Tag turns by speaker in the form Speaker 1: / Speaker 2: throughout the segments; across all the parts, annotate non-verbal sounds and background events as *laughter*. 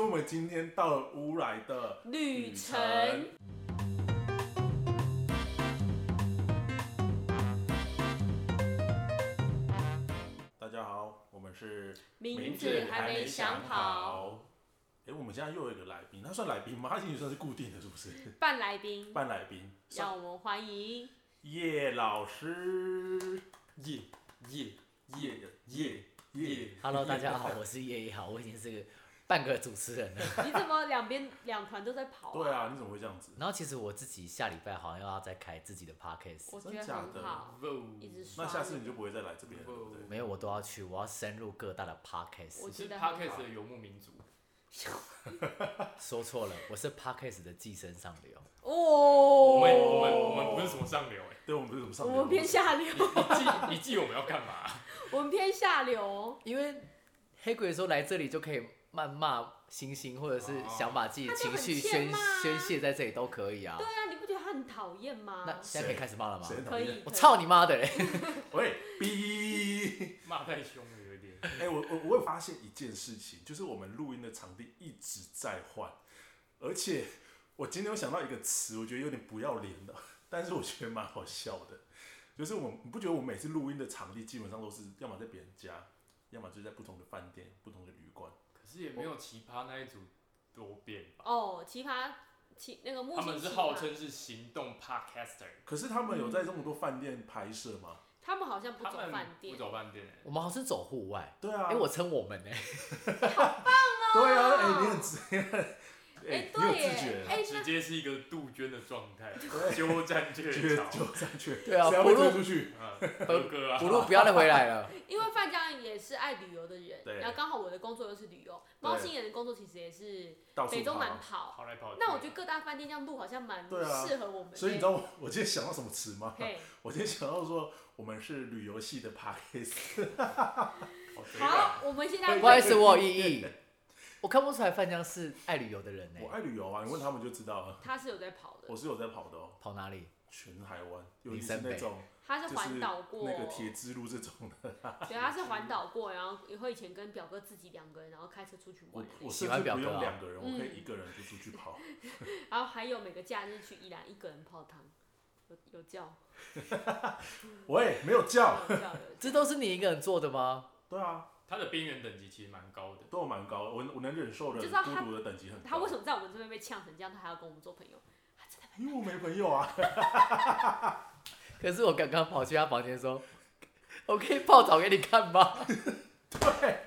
Speaker 1: 我们今天到了乌来的
Speaker 2: 旅程。
Speaker 1: 大家好，我们是
Speaker 2: 名字还没想好，
Speaker 1: 哎、我们现在又有一个来宾，他算来宾吗？他已经算是固定的，是不是？
Speaker 2: 半来宾，
Speaker 1: 半来宾，
Speaker 2: 让我们欢迎
Speaker 1: 叶老师，
Speaker 3: 耶耶
Speaker 1: 叶叶叶
Speaker 4: Hello，大家好，我是叶一豪，我已经是个半个主持人了。 *laughs*
Speaker 2: 你怎么两边两团都在跑、
Speaker 1: 对，啊，你怎么会这样子？
Speaker 4: 然后其实我自己下礼拜好像要再开自己的 podcast，
Speaker 2: 我觉得很好，一直刷。
Speaker 1: 那下次你就不会再来这边了，对不
Speaker 2: 哦
Speaker 1: 对？
Speaker 4: 没有我都要去，我要深入各大的 podcast。
Speaker 2: 我
Speaker 3: 我
Speaker 2: 觉
Speaker 3: 是
Speaker 2: 得很好
Speaker 3: podcast 的游牧民族，
Speaker 4: 说错了，我是 podcast 的寄生上流。
Speaker 3: 我们
Speaker 2: 哦，
Speaker 3: 我们我们不是什么上流哎、
Speaker 1: 对，我们不是怎么上
Speaker 2: 我
Speaker 1: 流？
Speaker 2: 们偏下流，
Speaker 3: 欸，你记你记我们要干嘛、
Speaker 2: 我们偏下流。
Speaker 4: 因为黑鬼说来这里就可以谩骂星星，或者是想把自己的情绪
Speaker 2: 哦他就
Speaker 4: 宣
Speaker 2: 很欠骂啊
Speaker 4: 宣泄在这里都可以啊
Speaker 2: 对。啊，你不觉得他很讨厌吗？
Speaker 4: 那现在可以开始骂了吗？
Speaker 1: 谁讨
Speaker 2: 可
Speaker 1: 厌？
Speaker 2: 以，
Speaker 4: 我
Speaker 2: 可以
Speaker 4: 操！你妈的嘞！
Speaker 1: 喂，逼！
Speaker 3: 骂太凶了有一点。
Speaker 1: 哎、我我我有发现一件事情，就是我们录音的场地一直在换，而且我今天有想到一个词，我觉得有点不要脸的，但是我觉得蛮好笑的，就是我你不觉得我每次录音的场地基本上都是要么在别人家，要么就在不同的饭店、不同的旅馆。
Speaker 3: 可是也没有奇葩那一组多变吧？
Speaker 2: 哦，奇葩奇那个木
Speaker 3: 他
Speaker 2: 星
Speaker 3: 们是
Speaker 2: 奇葩
Speaker 3: 号称是行动 podcaster，
Speaker 1: 可是他们有在这么多饭店拍摄吗？
Speaker 2: 他们好像不
Speaker 3: 他
Speaker 2: 走
Speaker 3: 们
Speaker 2: 饭
Speaker 3: 不
Speaker 2: 店，
Speaker 3: 走饭店、欸，
Speaker 4: 我们好像走
Speaker 2: *laughs*
Speaker 4: 户外，
Speaker 1: 对啊，
Speaker 4: 哎，我称我们呢， *laughs*
Speaker 1: 对啊，哎、你很直，哎、
Speaker 2: 哎
Speaker 1: 你有
Speaker 2: 对耶
Speaker 1: 自觉，
Speaker 2: 哎那
Speaker 3: 直接是一个杜鹃的状态，鸠占鹊
Speaker 1: 觉
Speaker 3: 巢。
Speaker 1: 就上去，
Speaker 4: *laughs* 对啊
Speaker 1: 谁要被
Speaker 4: 不录
Speaker 1: 推出去？
Speaker 3: 啊，哥哥啊
Speaker 4: 不，录不要再回来了。
Speaker 2: 因为范家也是爱旅游的人，
Speaker 1: 对
Speaker 2: 然后刚好我的工作又是旅游，
Speaker 1: 对
Speaker 2: 猫星人的工作其实也是
Speaker 1: 到处
Speaker 2: 北中
Speaker 1: 跑
Speaker 2: 南跑，
Speaker 3: 跑来跑去。
Speaker 2: 那我觉得各大饭店这样录好像蛮
Speaker 1: 对啊
Speaker 2: 适合我们的、
Speaker 1: 所以你知道我我今天想到什么词吗？
Speaker 2: 嘿，
Speaker 1: 我今天想到说，我们是旅游系的 p a r k e s
Speaker 4: *laughs*
Speaker 3: 好随便啊
Speaker 2: 好，我们现在
Speaker 4: 不好意思，我有异议。我看不出来范江是爱旅游的人欸呢、
Speaker 1: 我爱旅游啊，你问他们就知道了。
Speaker 2: 他是有在跑的
Speaker 1: 我，是有在跑的哦，
Speaker 4: 跑哪里？
Speaker 1: 全台湾，尤其
Speaker 4: 林
Speaker 1: 是
Speaker 4: 森
Speaker 1: 那
Speaker 4: 北
Speaker 1: 种
Speaker 2: 他
Speaker 1: 就是
Speaker 2: 环岛过，哦
Speaker 1: 那个铁之路这种的。
Speaker 2: 对，他是环岛过，然后也会以前跟表哥自己两个人，然后开车出去
Speaker 1: 我
Speaker 2: 玩的那
Speaker 1: 我
Speaker 2: 种，
Speaker 1: 甚
Speaker 4: 喜
Speaker 1: 至
Speaker 4: 欢表
Speaker 1: 不
Speaker 4: 格啊
Speaker 1: 用两个人，我可以
Speaker 2: 嗯
Speaker 1: 一个人就出去跑。
Speaker 2: 然后还有每个假日去宜兰一个人泡汤，有有叫，
Speaker 1: 喂，没有叫。
Speaker 2: 有叫
Speaker 1: *laughs*
Speaker 2: 有
Speaker 4: 这都是你一个人做的吗？
Speaker 1: 对啊，
Speaker 3: 他的边缘等级其实蛮高的。
Speaker 1: 都蛮高的，我我能忍受的
Speaker 2: 你就知道
Speaker 1: 孤
Speaker 2: 他
Speaker 1: 独的等级很高。
Speaker 2: 他为什么在我们这边被呛成这样，他还要跟我们做朋友？他真的
Speaker 1: 因为我没朋友啊。
Speaker 4: 可是我刚刚跑去他房间说，我可以泡澡给你看吗？
Speaker 1: 对，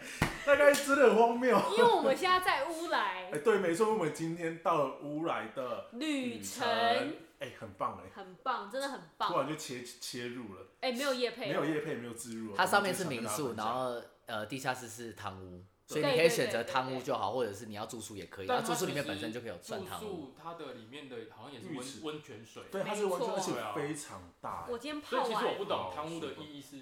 Speaker 1: 大概真的很荒谬。
Speaker 2: 因为我们现在在乌来
Speaker 1: 哎，对，没错，我们今天到了乌来的
Speaker 2: 旅
Speaker 1: 程
Speaker 2: 程，，
Speaker 1: 哎，很棒哎，
Speaker 2: 很棒，真的很
Speaker 1: 突
Speaker 2: 棒。
Speaker 1: 然就切切入了。
Speaker 2: 哎，没有夜配，
Speaker 1: 没有，夜配，没有自入哦。
Speaker 4: 它上面
Speaker 1: 我就是想
Speaker 4: 民
Speaker 1: 跟大家
Speaker 4: 宿，
Speaker 1: 分享
Speaker 4: 然后呃地下室是汤屋，所以
Speaker 2: 对
Speaker 4: 你可
Speaker 2: 对对
Speaker 4: 以选择
Speaker 2: 对
Speaker 4: 汤
Speaker 2: 对
Speaker 4: 屋就好，或者是你要住宿也可以。
Speaker 3: 但
Speaker 4: 然后
Speaker 3: 它
Speaker 4: 住啊宿里面
Speaker 3: 其实
Speaker 4: 本身就可以有算
Speaker 3: 住
Speaker 4: 汤屋。
Speaker 3: 宿它的里面的好像也是
Speaker 1: 浴
Speaker 3: 温
Speaker 1: 池
Speaker 3: 温泉水，
Speaker 1: 对，它是
Speaker 2: 没
Speaker 1: 完全
Speaker 2: 错
Speaker 1: 而且
Speaker 3: 对啊
Speaker 1: 非常大欸，
Speaker 2: 我今天
Speaker 3: 所
Speaker 2: 泡
Speaker 3: 以其实我
Speaker 2: 完
Speaker 3: 不懂
Speaker 1: 哦
Speaker 3: 贪污的
Speaker 1: 是吗
Speaker 3: 意义是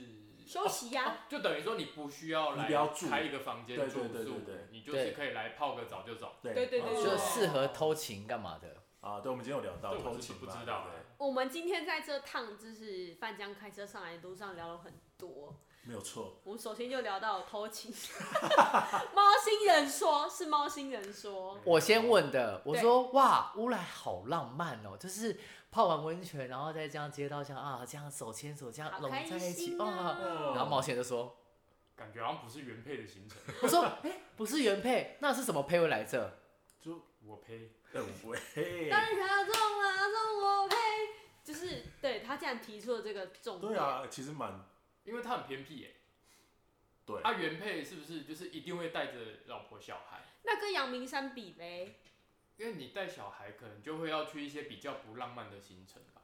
Speaker 2: 休息
Speaker 4: 啊
Speaker 2: 呀、
Speaker 3: 哦就等于说你不需要
Speaker 1: 你
Speaker 3: 来
Speaker 1: 不要住
Speaker 3: 开一个房间
Speaker 1: 对
Speaker 3: 住
Speaker 1: 对
Speaker 3: 宿，
Speaker 1: 对对对
Speaker 3: 你就是
Speaker 4: 对
Speaker 3: 可以来泡个澡就走。
Speaker 1: 对
Speaker 2: 对对对对
Speaker 4: 就
Speaker 2: 对
Speaker 4: 适合偷情干嘛的？
Speaker 1: 啊，对，我们今天有聊
Speaker 3: 这
Speaker 1: 到
Speaker 3: 我
Speaker 1: 偷
Speaker 3: 是
Speaker 1: 情
Speaker 3: 不
Speaker 1: 嘛
Speaker 3: 知道
Speaker 1: 对不对
Speaker 3: 的，
Speaker 2: 我们今天在这趟就是范江开车上来的路上聊了很多，
Speaker 1: 没有错，
Speaker 2: 我们首先就聊到偷情， *laughs* 猫星人说是猫星人说，
Speaker 4: 我先问的，我
Speaker 2: 对
Speaker 4: 说哇，乌来好浪漫哦，就是泡完温泉，然后再这样街道上啊，这样手牵手这样
Speaker 2: 好
Speaker 4: 拢
Speaker 2: 开
Speaker 4: 在一起
Speaker 2: 心
Speaker 4: 啊。
Speaker 2: 啊！
Speaker 4: 然后毛线就说
Speaker 3: 感觉好像不是原配的行程，：“
Speaker 4: *laughs* 我说，哎、不是原配，那是什么配会来这？
Speaker 1: 就
Speaker 3: 我呸，
Speaker 1: 哎
Speaker 2: *laughs*
Speaker 1: 喂，
Speaker 2: 但是他中了，他中我呸！就是对他竟然提出了这个重点，
Speaker 1: 对啊，其实蛮
Speaker 3: 因为他很偏僻耶。
Speaker 1: 对
Speaker 3: 他原配是不是就是一定会带着老婆小孩？
Speaker 2: 那跟阳明山比嘞，
Speaker 3: 因为你带小孩可能就会要去一些比较不浪漫的行程吧，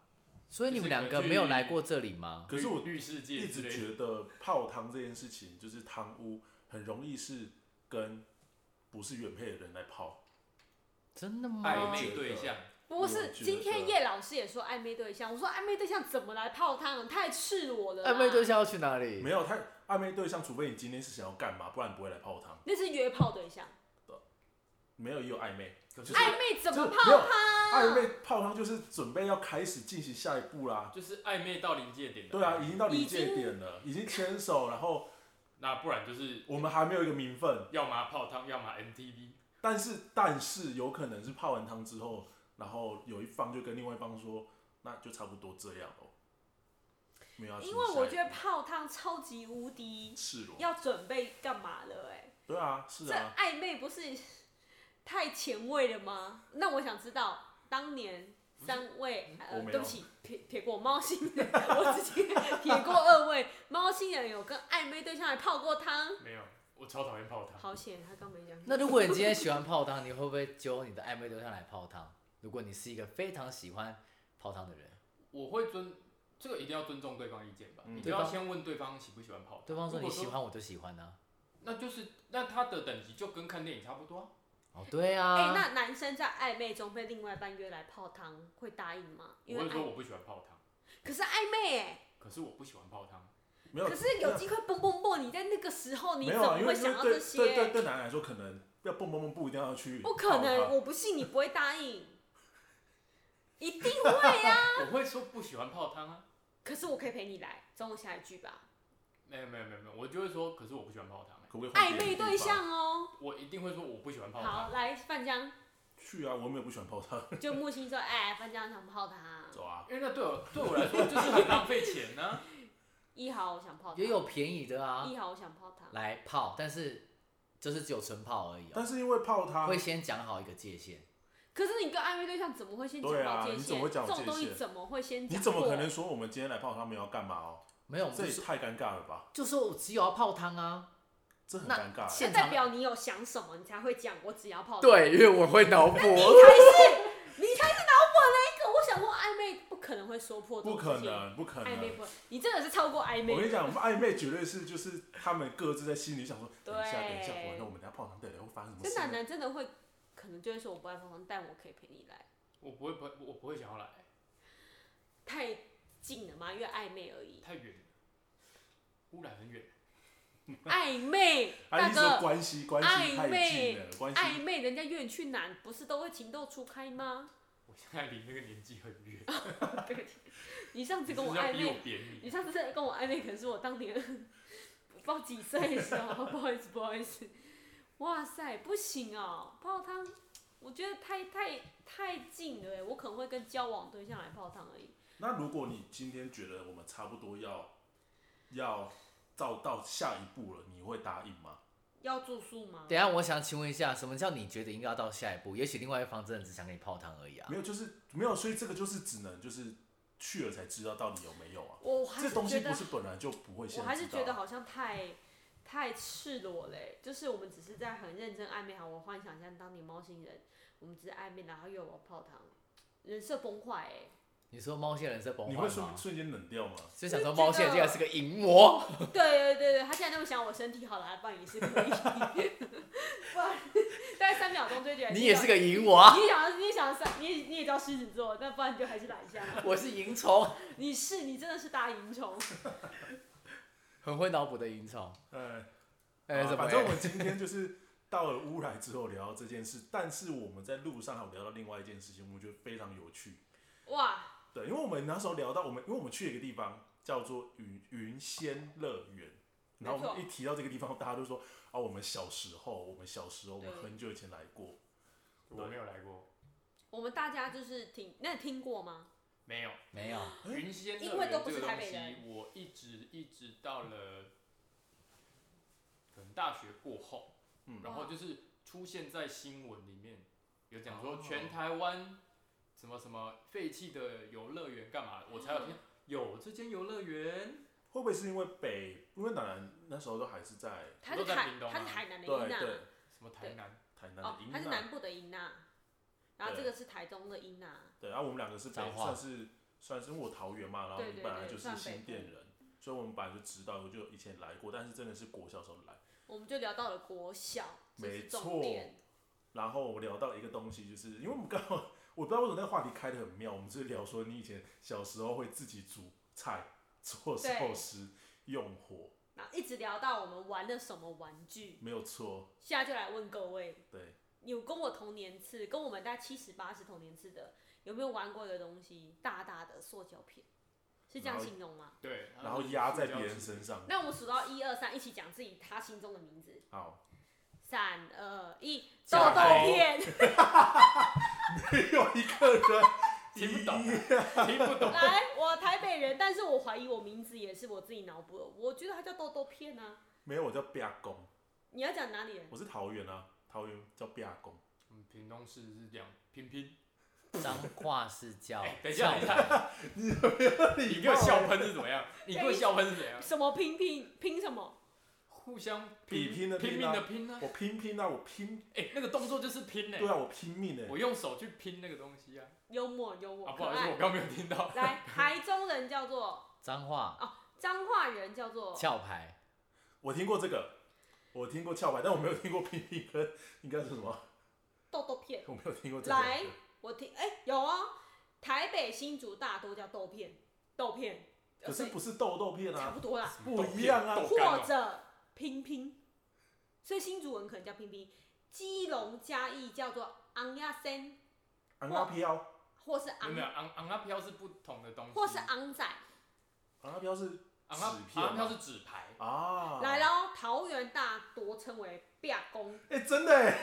Speaker 4: 所以你们两个没有来过这里吗？
Speaker 1: 可是我
Speaker 3: 绿世界
Speaker 1: 一直
Speaker 3: 之类的。
Speaker 1: 觉得泡汤这件事情，就是汤屋很容易是跟不是原配的人来泡，
Speaker 4: 真的
Speaker 3: 暧
Speaker 4: 吗？
Speaker 3: 昧对象，
Speaker 2: 不
Speaker 1: 我
Speaker 2: 是？
Speaker 1: 觉得啊
Speaker 2: 今天叶老师也说暧昧对象，我说暧昧对象怎么来泡汤？太赤裸了啦，
Speaker 4: 暧昧对象要去哪里？
Speaker 1: 没有他暧昧对象，除非你今天是想要干嘛，不然不会来泡汤。
Speaker 2: 那是约炮对象，
Speaker 1: 没有也有暧昧，
Speaker 3: 可
Speaker 1: 就是是
Speaker 2: 暧昧怎么
Speaker 1: 就是没有
Speaker 2: 泡汤？
Speaker 1: 暧昧泡汤就是准备要开始进行下一步啦。
Speaker 3: 就是暧昧到临界点了。
Speaker 1: 对啊，已经到临
Speaker 2: 已
Speaker 1: 界
Speaker 2: 经
Speaker 1: 点了，已经牵手，然后
Speaker 3: 那不然就是
Speaker 1: 我们还没有一个名分，
Speaker 3: 要么泡汤，要么 MTV。
Speaker 1: 但是但是有可能是泡完汤之后，然后有一方就跟另外一方说，那就差不多这样哦。没有要
Speaker 2: 因为我觉
Speaker 1: 得
Speaker 2: 得泡汤超级无敌，
Speaker 1: 赤裸，
Speaker 2: 要准备干嘛了、哎、
Speaker 1: 对啊，是
Speaker 2: 这
Speaker 1: 啊，
Speaker 2: 暧昧不是太前卫了吗？那我想知道当年。三位，呃
Speaker 1: 嗯我，没有
Speaker 2: 对不起，撇撇过猫星人，我直接撇过二位猫星人有跟暧昧对象还泡过汤，
Speaker 3: 没有，我超讨厌泡汤。
Speaker 2: 好险，他刚没讲。
Speaker 4: 那如果你今天喜欢泡汤，你会不会揪你的暧昧对象来泡汤？如果你是一个非常喜欢泡汤的人，
Speaker 3: 我会尊这个一定要尊重对方意见吧，
Speaker 1: 嗯
Speaker 3: 你就要先问对方喜不喜欢泡汤。
Speaker 4: 对方说
Speaker 3: 如
Speaker 4: 你
Speaker 3: 果
Speaker 4: 喜，欢我就喜欢啊呐、
Speaker 3: 那就是那他的等级就跟看电影差不多啊、
Speaker 4: 哦，对啊，
Speaker 2: 哎、那男生在暧昧中被另外一半约来泡汤，会答应吗？因
Speaker 3: 我
Speaker 2: 为
Speaker 3: 会说
Speaker 2: 暧，
Speaker 3: 我不喜欢泡汤，
Speaker 2: 可是暧昧哎、
Speaker 3: 可是我不喜欢泡汤。
Speaker 1: 没有，啊
Speaker 2: 可是有机会蹦蹦蹦，你在那个时候你
Speaker 1: 呃没
Speaker 2: 怎
Speaker 1: 有啊，
Speaker 2: 么
Speaker 1: 因
Speaker 2: 会
Speaker 1: 为因
Speaker 2: 想
Speaker 1: 为
Speaker 2: 到
Speaker 1: 对
Speaker 2: 这
Speaker 1: 对对
Speaker 2: 些？
Speaker 1: 对男来说，可能要蹦蹦蹦不一定要去泡
Speaker 2: 不
Speaker 1: 汤，
Speaker 2: 可能，我不信你不会答应，一定会呀、
Speaker 3: 我会说不喜欢泡汤啊。
Speaker 2: *laughs* 可是我可以陪你来，中午下一句吧。
Speaker 3: 没有没有没有没有，我就会说，可是我不喜欢泡汤、欸
Speaker 1: 可不可以换
Speaker 2: 暧
Speaker 1: 别
Speaker 2: 昧
Speaker 1: 的地
Speaker 2: 对
Speaker 1: 方
Speaker 2: 象哦、
Speaker 3: 我一定会说我不喜欢泡
Speaker 2: 好，
Speaker 3: 汤。
Speaker 2: 来范江，
Speaker 1: 去啊？我没有不喜欢泡汤，
Speaker 2: 就木星说，哎、范江想泡他。
Speaker 1: 走
Speaker 2: *laughs*
Speaker 1: 啊。
Speaker 3: 因为那对我对我来说就是很浪费钱呢、啊
Speaker 2: 一豪我想泡他。
Speaker 4: 也有便宜的啊，
Speaker 2: 一豪我想泡他。
Speaker 4: 来泡，但是就是只有纯泡而已、哦，
Speaker 1: 但是因为泡汤
Speaker 4: 会，先讲好一个界限。
Speaker 2: 可是你跟暧昧对象怎么会先讲
Speaker 1: 对啊
Speaker 2: 到界
Speaker 1: 你怎
Speaker 2: 限？
Speaker 1: 么会讲
Speaker 2: 这
Speaker 1: 到
Speaker 2: 种东
Speaker 1: 界
Speaker 2: 西
Speaker 1: 限
Speaker 2: 怎么会先
Speaker 1: 你
Speaker 2: 讲
Speaker 1: 怎么
Speaker 2: 过
Speaker 1: 可能说我们今天来泡汤没有要干嘛哦？
Speaker 4: 没有，我们
Speaker 1: 这
Speaker 4: 就
Speaker 1: 也
Speaker 4: 是
Speaker 1: 太尴尬了吧？
Speaker 4: 就说我只有要泡汤啊。
Speaker 1: 这很
Speaker 4: 那
Speaker 1: 尴尬欸。
Speaker 4: 现
Speaker 2: 那
Speaker 4: 场
Speaker 2: 代表你有想什么，你才会讲我只要泡。，
Speaker 1: 啊
Speaker 4: 对，因为我会脑 *laughs* 补。
Speaker 2: 你才是脑补那一个。我想说暧昧不可能会说破，
Speaker 1: 不可，能，不可
Speaker 2: 暧昧
Speaker 1: 能。
Speaker 2: 不，你真的是超过暧
Speaker 1: 我跟
Speaker 2: 昧。
Speaker 1: 你讲，我们暧昧绝对是就是他们各自在心里想说，
Speaker 2: 对
Speaker 1: 等一下，等一下，完了我们等一下泡汤，等一下会发生什么
Speaker 2: 这
Speaker 1: 事
Speaker 2: 男
Speaker 1: 呢？
Speaker 2: 男真的会，可能就会说我不爱泡汤，但我可以陪你来。
Speaker 3: 我不会不会我不会想要来，
Speaker 2: 太近了嘛，因为暧昧而已。
Speaker 3: 太远了，污染很远。
Speaker 2: *laughs* 暧昧，
Speaker 1: 啊，
Speaker 2: 大
Speaker 1: 一直说
Speaker 2: 哥，
Speaker 1: 关系关系太近了，关系
Speaker 2: 暧昧，人家约你去哪，不是都会情窦初开吗？
Speaker 3: 我现在离那个年纪很远，
Speaker 2: 对不起啊你上次
Speaker 3: 你
Speaker 2: 跟
Speaker 3: 是
Speaker 2: 我
Speaker 3: 要
Speaker 2: 暧
Speaker 3: 逼
Speaker 2: 昧
Speaker 3: 我，扁你
Speaker 2: *laughs* 你。上次跟我暧昧，可能是我当年 *laughs* 不知道几岁的时候，不好意思，不好意思。哇塞，不行哦，泡汤，我觉得太太太近了耶，欸我可能会跟交往对象来泡汤而已。
Speaker 1: 那如果你今天觉得我们差不多要要到到下一步了，你会答应吗？
Speaker 2: 要住宿吗？
Speaker 4: 等一下，我想请问一下，什么叫你觉得应该要到下一步？也许另外一方真的只想跟你泡汤而已啊。
Speaker 1: 没有，就是没有，所以这个就是只能就是去了才知道到底有没有啊。
Speaker 2: 我还
Speaker 1: 这
Speaker 2: 是
Speaker 1: 东西
Speaker 2: 觉
Speaker 1: 不
Speaker 2: 得，
Speaker 1: 是本来就不会现
Speaker 2: 我
Speaker 1: 在
Speaker 2: 还
Speaker 1: 知
Speaker 2: 是
Speaker 1: 道啊。
Speaker 2: 觉得好像太太赤裸嘞，就是我们只是在很认真暧昧。好，我幻想一下当年猫星人，我们只是暧昧，然后又有泡汤，人设崩坏哎。
Speaker 4: 你说猫仙人是崩
Speaker 1: 你
Speaker 4: 坏
Speaker 1: 会瞬
Speaker 4: 吗？
Speaker 1: 瞬间冷掉吗？
Speaker 4: 就想说
Speaker 2: 我就觉得
Speaker 4: 猫仙人竟然是个淫魔。
Speaker 2: *laughs* 对对对对，他现在那么想我身体好了，他帮你是可以， *laughs* 不然大概三秒钟就觉得
Speaker 4: 你也是
Speaker 2: 个，
Speaker 4: 个淫娃，
Speaker 2: 你也想你也想上，你也你也知道狮子座，那不然你就还是来一下，
Speaker 4: 我是淫虫，
Speaker 2: 你是你真的是大蝇虫，
Speaker 4: 很会脑补的淫
Speaker 3: 啊
Speaker 4: 虫。
Speaker 1: 呃，
Speaker 4: 哎、
Speaker 1: 好
Speaker 4: 怎么
Speaker 1: 反正我们今天就是到了乌来之后聊到这件事，但是我们在路上还有聊到另外一件事情，我觉得非常有趣。
Speaker 2: 哇，
Speaker 1: 对，因为我们那时候聊到我们，因为我们去了一个地方叫做云云仙乐园，然后我们
Speaker 2: 没
Speaker 1: 一提到这个地方，大家都说啊，我们小时候，我们小时候，我们
Speaker 2: 对
Speaker 1: 很久以前来过。
Speaker 3: 我没有来过，
Speaker 2: 我们大家就是听，那你听过吗？
Speaker 3: 没有。
Speaker 4: 没有，
Speaker 3: 云仙
Speaker 2: 因
Speaker 3: 乐
Speaker 2: 为
Speaker 3: 园
Speaker 2: 都不
Speaker 3: 这
Speaker 2: 是
Speaker 3: 个
Speaker 2: 台
Speaker 3: 东
Speaker 2: 北
Speaker 3: 西
Speaker 2: 人
Speaker 3: 我一直一直到了可能大学过后，
Speaker 1: 嗯
Speaker 3: 然后就是出现在新闻里面，有讲说
Speaker 1: 哦
Speaker 3: 全台湾什么什么废弃的游乐园干嘛，我才有
Speaker 2: 嗯
Speaker 3: 听有这间游乐园，
Speaker 1: 会不会是因为北，因为奶奶那时候都还是在
Speaker 2: 他
Speaker 3: 都
Speaker 2: 是
Speaker 3: 在
Speaker 2: 台
Speaker 3: 屏东
Speaker 2: 他是
Speaker 3: 吗
Speaker 2: 台南的
Speaker 1: 对
Speaker 2: 音
Speaker 1: 对
Speaker 2: 呐，
Speaker 3: 什么台南，
Speaker 1: 台南
Speaker 2: 哦
Speaker 1: 的，英
Speaker 2: 他是
Speaker 1: 娜，
Speaker 2: 南部的音呐，然后这
Speaker 1: 对
Speaker 2: 个是台中的音呐，
Speaker 1: 对，然后我们两个是北
Speaker 4: 彰，化
Speaker 1: 算是算是因为我桃园嘛，然后
Speaker 2: 对
Speaker 1: 你
Speaker 2: 对
Speaker 1: 本来
Speaker 2: 对
Speaker 1: 就是
Speaker 2: 算北
Speaker 1: 新
Speaker 2: 部
Speaker 1: 店人，所以我们本来就知道，我就以前来过，但是真的是国小时候来。
Speaker 2: 我们就聊到了国小，这
Speaker 1: 没
Speaker 2: 是
Speaker 1: 错
Speaker 2: 重点，
Speaker 1: 然后我聊到一个东西，就是因为我们刚好，我不知道为什么那个话题开得很妙，我们就是聊说你以前小时候会自己煮菜、做
Speaker 2: 对
Speaker 1: 寿司、用火，
Speaker 2: 然后一直聊到我们玩了什么玩具，
Speaker 1: 没有错，
Speaker 2: 现在就来问各位。
Speaker 1: 对，
Speaker 2: 有跟我同年次，跟我们大概七十八十同年次的，有没有玩过一个东西，大大的塑胶片，是这样
Speaker 1: 然后
Speaker 2: 形容吗？
Speaker 3: 对，
Speaker 1: 然后压在别人
Speaker 3: 上。
Speaker 1: 身上，
Speaker 2: 那我们数到一二三，一起讲自己他心中的名字。
Speaker 1: 好，
Speaker 2: 三二一，豆
Speaker 3: 加
Speaker 2: 豆
Speaker 1: 油
Speaker 2: 片， *laughs*
Speaker 1: 没有一个人
Speaker 3: 听不懂
Speaker 1: 一样 *laughs*
Speaker 3: 听不懂。
Speaker 2: 来，我台北人，但是我怀疑我名字也是我自己脑补的，我觉得它叫豆豆片啊。
Speaker 1: 没有，我叫毕公，
Speaker 2: 你要讲哪里人？
Speaker 1: 我是桃园啊，桃园叫毕公。
Speaker 3: 嗯，屏东市是这样，拼拼。
Speaker 4: 脏话是叫
Speaker 3: *laughs* 哎，等一下，等一下，你给
Speaker 1: 貌啊
Speaker 3: 我笑喷是怎
Speaker 2: *laughs*
Speaker 3: 么样？你给我笑喷是怎样？
Speaker 2: 什么拼拼拼什么？
Speaker 3: 互相
Speaker 1: 比拼的拼啊
Speaker 3: 拼命的拼啊！
Speaker 1: 我拼拼啊，我拼，
Speaker 3: 哎，那个动作就是拼呢
Speaker 1: 对。啊，我拼命哎、
Speaker 3: 我用手去拼那个东西啊！
Speaker 2: 幽默幽默，
Speaker 3: 啊，不
Speaker 2: 可
Speaker 3: 好意思，我
Speaker 2: 爱。
Speaker 3: 刚没有听到。
Speaker 2: 来，台中人叫做
Speaker 4: 脏话
Speaker 2: 彰化人叫做
Speaker 4: 壳牌，
Speaker 1: 我听过这个，我听过翘白，但我没有听过 *laughs* 拼拼跟应该是什么，
Speaker 2: 豆豆片。
Speaker 1: 我没有听过这个。
Speaker 2: 来，我听，哎、有哦，台北新竹大都叫豆片，豆片，呃
Speaker 1: 可是
Speaker 2: 对
Speaker 1: 不是豆豆片
Speaker 2: 差
Speaker 1: 啊
Speaker 2: 不，多啦，
Speaker 1: 不一样
Speaker 3: *laughs*
Speaker 1: 啊
Speaker 3: 豆干
Speaker 2: 或
Speaker 3: 哦
Speaker 2: 者拼拼，所以新竹文可能叫拼拼，基隆嘉义叫做昂亚森，
Speaker 1: 昂阿飘，
Speaker 2: 或是
Speaker 3: 没有啊
Speaker 2: 昂
Speaker 3: 没有，昂昂阿飘是不同的东西。
Speaker 2: 或是昂仔。
Speaker 1: 昂阿飘是
Speaker 3: 昂阿
Speaker 1: 纸
Speaker 3: 昂
Speaker 1: 片
Speaker 3: 阿飘
Speaker 1: 吗
Speaker 3: 是纸牌，
Speaker 1: 啊，
Speaker 2: 来，喽，桃园大多称为壁公，
Speaker 1: 哎、真的哎、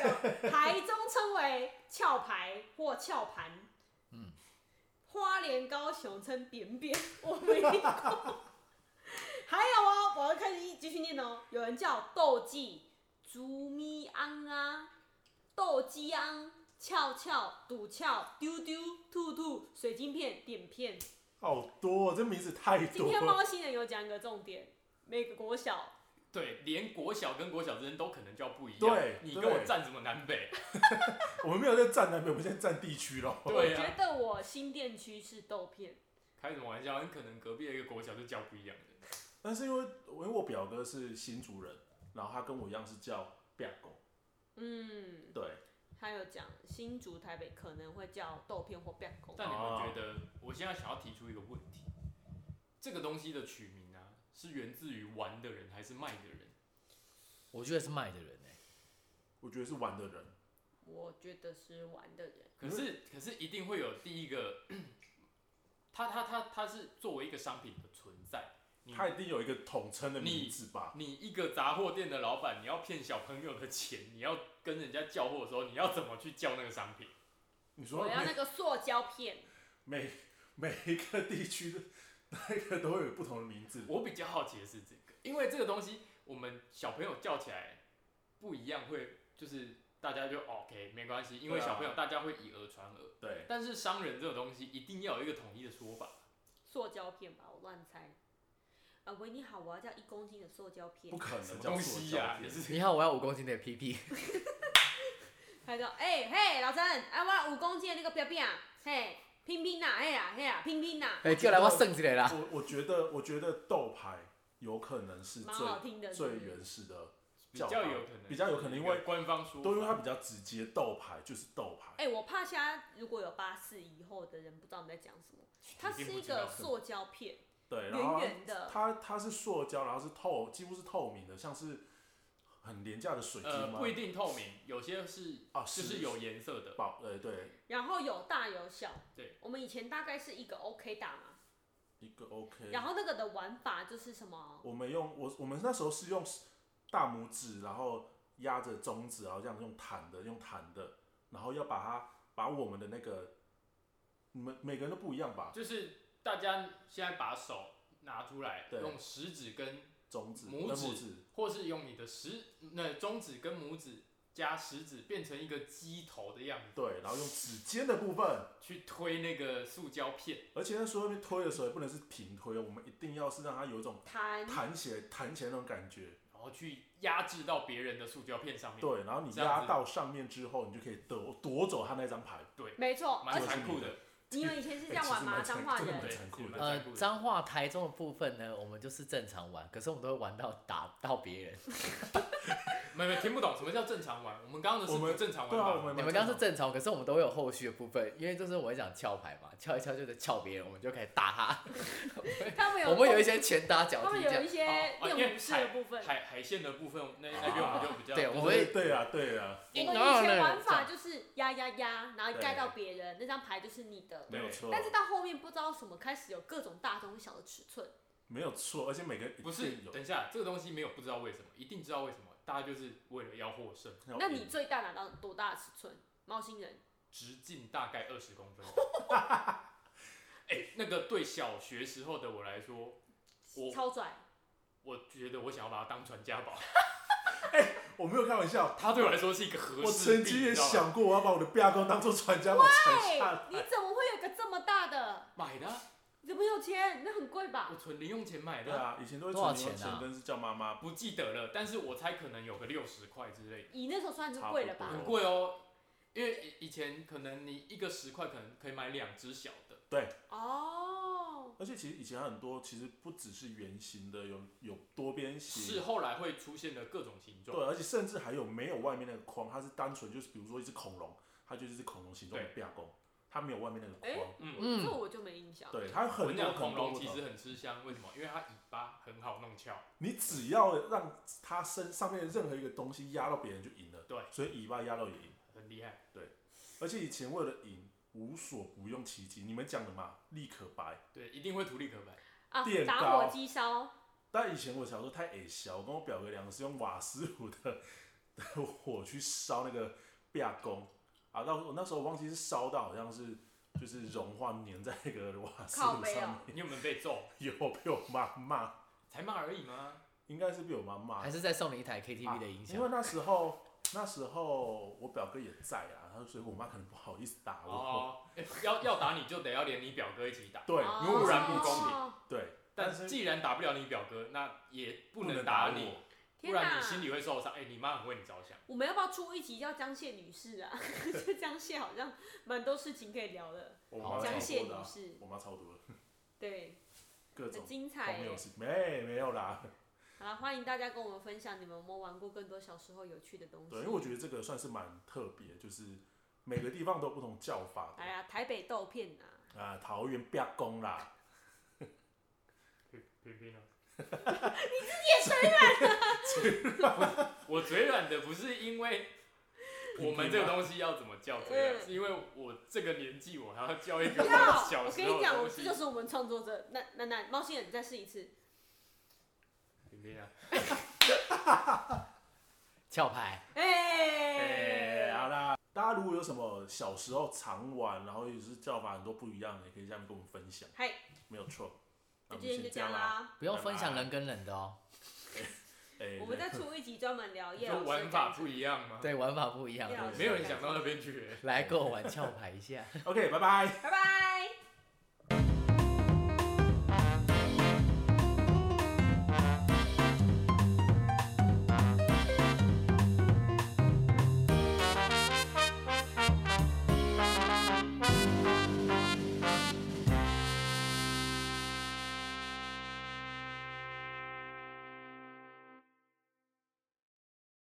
Speaker 2: 台中称为壳牌或壳盘，
Speaker 4: 嗯
Speaker 2: 花莲、高雄称扁扁，我没听过。还有哦，我要开始继续念哦，有人叫斗鸡、竹咪昂啊、斗鸡昂、翘翘、赌翘、丢丢、兔兔、水晶片、点片。
Speaker 1: 好多、哦，这名字太
Speaker 2: 今
Speaker 1: 多
Speaker 2: 天
Speaker 1: 了。
Speaker 2: 猫星人有讲一个重点，每个国小
Speaker 3: 对，连国小跟国小之间都可能叫不一样。
Speaker 1: 对
Speaker 3: 你
Speaker 1: 对
Speaker 3: 跟我站什么南北？
Speaker 1: 我们没有在站南北，我们现在站地区咯。
Speaker 2: 我
Speaker 3: 对
Speaker 2: 觉
Speaker 3: 啊，
Speaker 2: 得我新店区是豆片，
Speaker 3: 开什么玩笑？很可能隔壁的一个国小就叫不一样的。
Speaker 1: 但是因为因为我表哥是新族人，然后他跟我一样是叫毕公，
Speaker 2: 嗯，
Speaker 1: 对，
Speaker 2: 他有讲新竹、台北可能会叫豆片或变狗。
Speaker 3: 但你
Speaker 1: 哦
Speaker 3: 们觉得，我现在想要提出一个问题：这个东西的取名啊，是源自于玩的人还是卖的人？
Speaker 4: 我觉得是卖的人哎，
Speaker 1: 我觉得是玩的人，
Speaker 2: 我觉得是玩的人，
Speaker 3: 可
Speaker 1: 嗯
Speaker 3: 是可是一定会有第一个，它它它它是作为一个商品的存在。
Speaker 2: 嗯
Speaker 3: 你
Speaker 1: 他一定有一个统称的名字吧？
Speaker 3: 你一个杂货店的老板，你要骗小朋友的钱，你要跟人家叫货的时候，你要怎么去叫那个商品？
Speaker 1: 你说
Speaker 2: 我要那
Speaker 1: 每
Speaker 2: 个塑胶片，
Speaker 1: 每每一个地区的那个都会有不同的名字，
Speaker 3: 我比较好奇的是这个，因为这个东西我们小朋友叫起来不一样，会就是大家就 OK 没关系，因为
Speaker 1: 对啊
Speaker 3: 小朋友大家会以讹传讹。
Speaker 1: 对，
Speaker 3: 但是商人这种东西一定要有一个统一的说法。
Speaker 2: 塑胶片吧，我乱猜。啊，喂，你好，我要叫一公斤的塑胶片
Speaker 1: 不。可
Speaker 3: 什
Speaker 1: 能
Speaker 3: 么
Speaker 1: 叫
Speaker 3: 东
Speaker 1: 塑
Speaker 3: 西
Speaker 1: 胶
Speaker 3: 呀、
Speaker 1: 片
Speaker 3: 也是
Speaker 4: 你好，我要五公斤
Speaker 3: *laughs*
Speaker 4: 的 PP，
Speaker 2: 他就哎、嘿，老陈，哎、我要五公斤的那个标标，嘿，拼拼呐，嘿啊啦嘿啦，拼拼呐，
Speaker 4: 哎，叫来我剩起来啦，
Speaker 1: 我我觉得，我觉得斗牌有可能是
Speaker 2: 蛮好
Speaker 1: 最
Speaker 2: 听的，
Speaker 1: 最原始的
Speaker 3: 比较
Speaker 1: 叫法
Speaker 3: 有可能，呃
Speaker 1: 比较有可能因为
Speaker 3: 官方说法，
Speaker 1: 都因为它比较直接，斗牌就是斗牌。
Speaker 2: 哎、我怕现在如果有八四以后的人不知道我们在讲什么，它
Speaker 3: 一定
Speaker 2: 是
Speaker 3: 不
Speaker 2: 一
Speaker 3: 知道
Speaker 2: 个塑胶片，
Speaker 1: 对，然
Speaker 2: 圆
Speaker 1: 后
Speaker 2: 圆的，
Speaker 1: 它它是塑胶，然后是透，几乎是透明的，像是很廉价的水
Speaker 3: 呃
Speaker 1: 晶吗
Speaker 3: 不？一定透明，有些是
Speaker 1: 啊，
Speaker 3: 就是有颜色的。
Speaker 1: 宝，呃，对，
Speaker 2: 然后有大有小。
Speaker 3: 对，
Speaker 2: 我们以前大概是一个 OK 打嘛，
Speaker 1: 一个 OK。
Speaker 2: 然后那个的玩法就是什么？
Speaker 1: 我们用我我们那时候是用大拇指，然后压着中指，然后这样用弹的，用弹的，然后要把它把我们的那个，你们每个人都不一样吧？
Speaker 3: 就是大家现在把手拿出来，
Speaker 1: 对
Speaker 3: 用食指跟
Speaker 1: 中指、
Speaker 3: 拇
Speaker 1: 呃
Speaker 3: 指
Speaker 1: 拇指，
Speaker 3: 或是用你的食那中指跟拇指加食指变成一个鸡头的样子
Speaker 1: 对，然后用指尖的部分。
Speaker 3: 去推那个塑胶片，
Speaker 1: 而且那时候那边推的时候也不能是平推，哦我们一定要是让它有一种
Speaker 2: 弹
Speaker 1: 弹起来、弹起来那种感觉。
Speaker 3: 然后去压制到别人的塑胶片上面，
Speaker 1: 对，然后你
Speaker 3: 嗯这样
Speaker 1: 压
Speaker 3: 子
Speaker 1: 到上面之后，你就可以夺夺走他那张牌。
Speaker 2: 没错，
Speaker 3: 蛮
Speaker 2: 而
Speaker 3: 残酷的。
Speaker 2: 你们以前是这样
Speaker 1: 哎
Speaker 2: 玩吗？
Speaker 1: 其实
Speaker 2: 彰
Speaker 1: 蛮
Speaker 2: 化
Speaker 1: 残
Speaker 2: 人
Speaker 1: 真的
Speaker 3: 对
Speaker 1: 蛮残酷的
Speaker 3: 是蛮
Speaker 4: 呃
Speaker 3: 残酷，的
Speaker 4: 脏话台中的部分呢，我们就是正常玩，可是我们都会玩到打到别人。
Speaker 3: 没有没有听不懂什么叫正常玩，我们刚刚的是
Speaker 1: 我们
Speaker 3: 不正常
Speaker 1: 对啊，
Speaker 3: 玩
Speaker 1: 我
Speaker 3: 法。
Speaker 1: 们
Speaker 4: 你们刚刚是正常，可是我们都会有后续的部分，因为就是我会讲撬牌嘛， *laughs* 撬一撬就是撬别人，我们就开始
Speaker 2: *laughs*
Speaker 4: 打他。
Speaker 2: 他们有
Speaker 4: 我们有一些拳打脚
Speaker 2: 啊他
Speaker 4: 踢
Speaker 2: 们
Speaker 4: 这
Speaker 2: 有一
Speaker 4: 样，
Speaker 2: 些
Speaker 3: 哦哦
Speaker 2: 练武士的部分。
Speaker 3: 海海鲜的部分，那
Speaker 1: 啊
Speaker 3: 那边我们就比较
Speaker 4: 对，我们
Speaker 1: 对
Speaker 4: 会
Speaker 1: 对啊对啊，
Speaker 2: 我们以前玩法就是压压压，然后盖到别人，那张牌就是你的。
Speaker 1: 没有错，
Speaker 2: 但是到后面不知道什么开始有各种大中小的尺寸，
Speaker 1: 没有错，而且每个人一
Speaker 3: 不是
Speaker 1: 定有
Speaker 3: 等一下这个东西没有不知道为什么，一定知道为什么，大家就是为了要获胜，
Speaker 1: 要
Speaker 2: 那
Speaker 1: 赢
Speaker 2: 你最大拿到多大的尺寸？猫星人
Speaker 3: 直径大概二十公分。哦 *laughs* 哎、那个对小学时候的我来说，我
Speaker 2: 超拽，
Speaker 3: 我觉得我想要把它当传家宝，
Speaker 1: 我没有开玩笑，
Speaker 3: 它对我来说是一个合
Speaker 1: 我
Speaker 3: 适
Speaker 1: 曾
Speaker 3: 的地，
Speaker 1: 经也
Speaker 3: 你知道吗
Speaker 1: 想过我要把我的壁弓当做传家宝传下
Speaker 2: 哎，
Speaker 1: 来。
Speaker 2: 你怎么会有个这么大的？
Speaker 3: 买的啊，
Speaker 2: 你怎么有钱？那很贵吧
Speaker 3: 我？存零用钱买
Speaker 1: 对
Speaker 3: 的啊，
Speaker 1: 啊，以前都会
Speaker 4: 多少
Speaker 1: 存零用
Speaker 4: 钱啊
Speaker 1: 钱，但是叫妈妈。
Speaker 3: 不记得了，但是我猜可能有个六十块之类的。
Speaker 2: 以那时候算是贵了
Speaker 1: 差
Speaker 2: 吧
Speaker 1: 不？
Speaker 3: 很贵哦，因为以前可能你一个十块，可能可以买两只小的，
Speaker 2: 哦，
Speaker 1: 而且其实以前很多其实不只是圆形的，有有多边
Speaker 3: 是
Speaker 1: 形，
Speaker 3: 后来会出现的各种形
Speaker 1: 对，啊
Speaker 3: 状。
Speaker 1: 而且甚至还有没有外面那个框，它是单纯就是比如说一只恐龙，它就是一只恐龙形状的壁弓，它没有外面那个
Speaker 2: 哎
Speaker 1: 框。
Speaker 3: 嗯，
Speaker 2: 这
Speaker 4: 嗯，
Speaker 2: 我就没印象。
Speaker 1: 对，它有
Speaker 3: 我
Speaker 1: 很
Speaker 3: 跟你
Speaker 1: 多
Speaker 3: 讲，
Speaker 1: 很
Speaker 3: 恐
Speaker 1: 多
Speaker 3: 龙
Speaker 1: 不
Speaker 3: 其
Speaker 1: 同
Speaker 3: 实。很吃香，为什么？因为它尾巴很好弄翘。
Speaker 1: 你只要让它身上面的任何一个东西压到别人就赢了。
Speaker 3: 对
Speaker 1: 所以尾巴压到也赢。
Speaker 3: 很厉害，
Speaker 1: 而且以前为了赢，无所不用其极。你们讲的嘛，立可白。
Speaker 3: 对，一定会土力可白。
Speaker 2: 啊
Speaker 1: 电，
Speaker 2: 打
Speaker 1: 刀
Speaker 2: 火机烧，
Speaker 1: 但以前我小时候太矮小，我跟我表哥两个是用瓦斯炉的的火去烧那个壁弓啊。到我那时候我忘记是烧到好像是就是融化粘在那个瓦斯
Speaker 2: 靠
Speaker 1: 炉
Speaker 2: 背
Speaker 1: 上
Speaker 2: 哦
Speaker 1: 面，
Speaker 3: 你有没有被揍？
Speaker 1: 有被我妈骂，
Speaker 3: 才骂而已吗？
Speaker 1: 应该是被我妈骂
Speaker 4: 还。
Speaker 3: 哎
Speaker 4: 是再送你一台 KTV 的音
Speaker 1: 啊因为
Speaker 4: 响。
Speaker 1: 那时候那时候我表哥也在啊，他所以我妈可能不好意思打我。
Speaker 3: 哦，欸要要打你就得要连你表哥一起打，
Speaker 1: 对，
Speaker 2: 哦
Speaker 3: 如果不然不公
Speaker 1: 平。对，但
Speaker 3: 但
Speaker 1: 是
Speaker 3: 既然打不了你表哥，那也不能
Speaker 1: 打
Speaker 3: 你，
Speaker 1: 我。
Speaker 2: 天
Speaker 3: 不然你
Speaker 2: 哪！
Speaker 3: 心里会受伤。哎，你妈很为你着想，
Speaker 2: 我们要不要出一集叫江蟹女士啊？ *laughs* 这江蟹好像蛮多事情可以聊的。
Speaker 1: 我
Speaker 3: 哦
Speaker 1: 妈超
Speaker 4: 好
Speaker 2: 江蟹
Speaker 1: 多的
Speaker 2: 女
Speaker 1: 啊，
Speaker 2: 士，
Speaker 1: 我妈超多的，
Speaker 2: 对，
Speaker 1: 各种
Speaker 2: 很精彩
Speaker 1: 荒谬
Speaker 2: 耶
Speaker 1: 的。事，没没有啦。
Speaker 2: 好了，欢迎大家跟我们分享你们有没有玩过更多小时候有趣的东西
Speaker 1: 对，因。为我觉得这个算是蛮特别，就是每个地方都有不同叫法
Speaker 2: 哎呀，台北豆片呐、
Speaker 1: 的啊，桃园壁公啦，
Speaker 3: 平平平啊。你自己也嘴软了。我嘴软的不是因为我们这个东西要怎么叫嘴软，
Speaker 2: 嗯
Speaker 3: 是因为我这个年纪我还要叫一个
Speaker 2: 要，
Speaker 3: 小
Speaker 2: 我
Speaker 3: 时
Speaker 2: 跟
Speaker 3: 候
Speaker 2: 你
Speaker 3: 的
Speaker 2: 讲，我
Speaker 3: 东
Speaker 2: 这
Speaker 3: 西
Speaker 2: 就。是我们创作者。那那那，猫星人，你再试一次。
Speaker 3: 平平啊，
Speaker 4: 壳牌，
Speaker 2: 哎、
Speaker 1: 哎、好啦，大家如果有什么小时候常玩，然后也是叫法很多不一样的，也可以下面跟我们分享。
Speaker 2: 嗨，
Speaker 1: 没有错。那
Speaker 2: 那
Speaker 1: 我
Speaker 2: 今
Speaker 1: 们先
Speaker 2: 天就这
Speaker 1: 这样
Speaker 2: 样
Speaker 1: 啦。
Speaker 2: 啦。
Speaker 4: 不用分享人跟人的哦。
Speaker 1: 哎、
Speaker 2: 我们再出一集专门聊
Speaker 3: 你
Speaker 2: 叶老
Speaker 3: 说
Speaker 2: 师。
Speaker 3: 玩法不一样
Speaker 1: 啊
Speaker 3: 吗？
Speaker 4: 对，玩法不一样。
Speaker 2: 叶
Speaker 4: 对
Speaker 2: 老
Speaker 4: 不
Speaker 2: 师
Speaker 4: 对
Speaker 3: 没有人想到那边去、欸。
Speaker 4: 来跟我玩壳牌一下。
Speaker 1: OK，拜拜。
Speaker 2: 拜拜。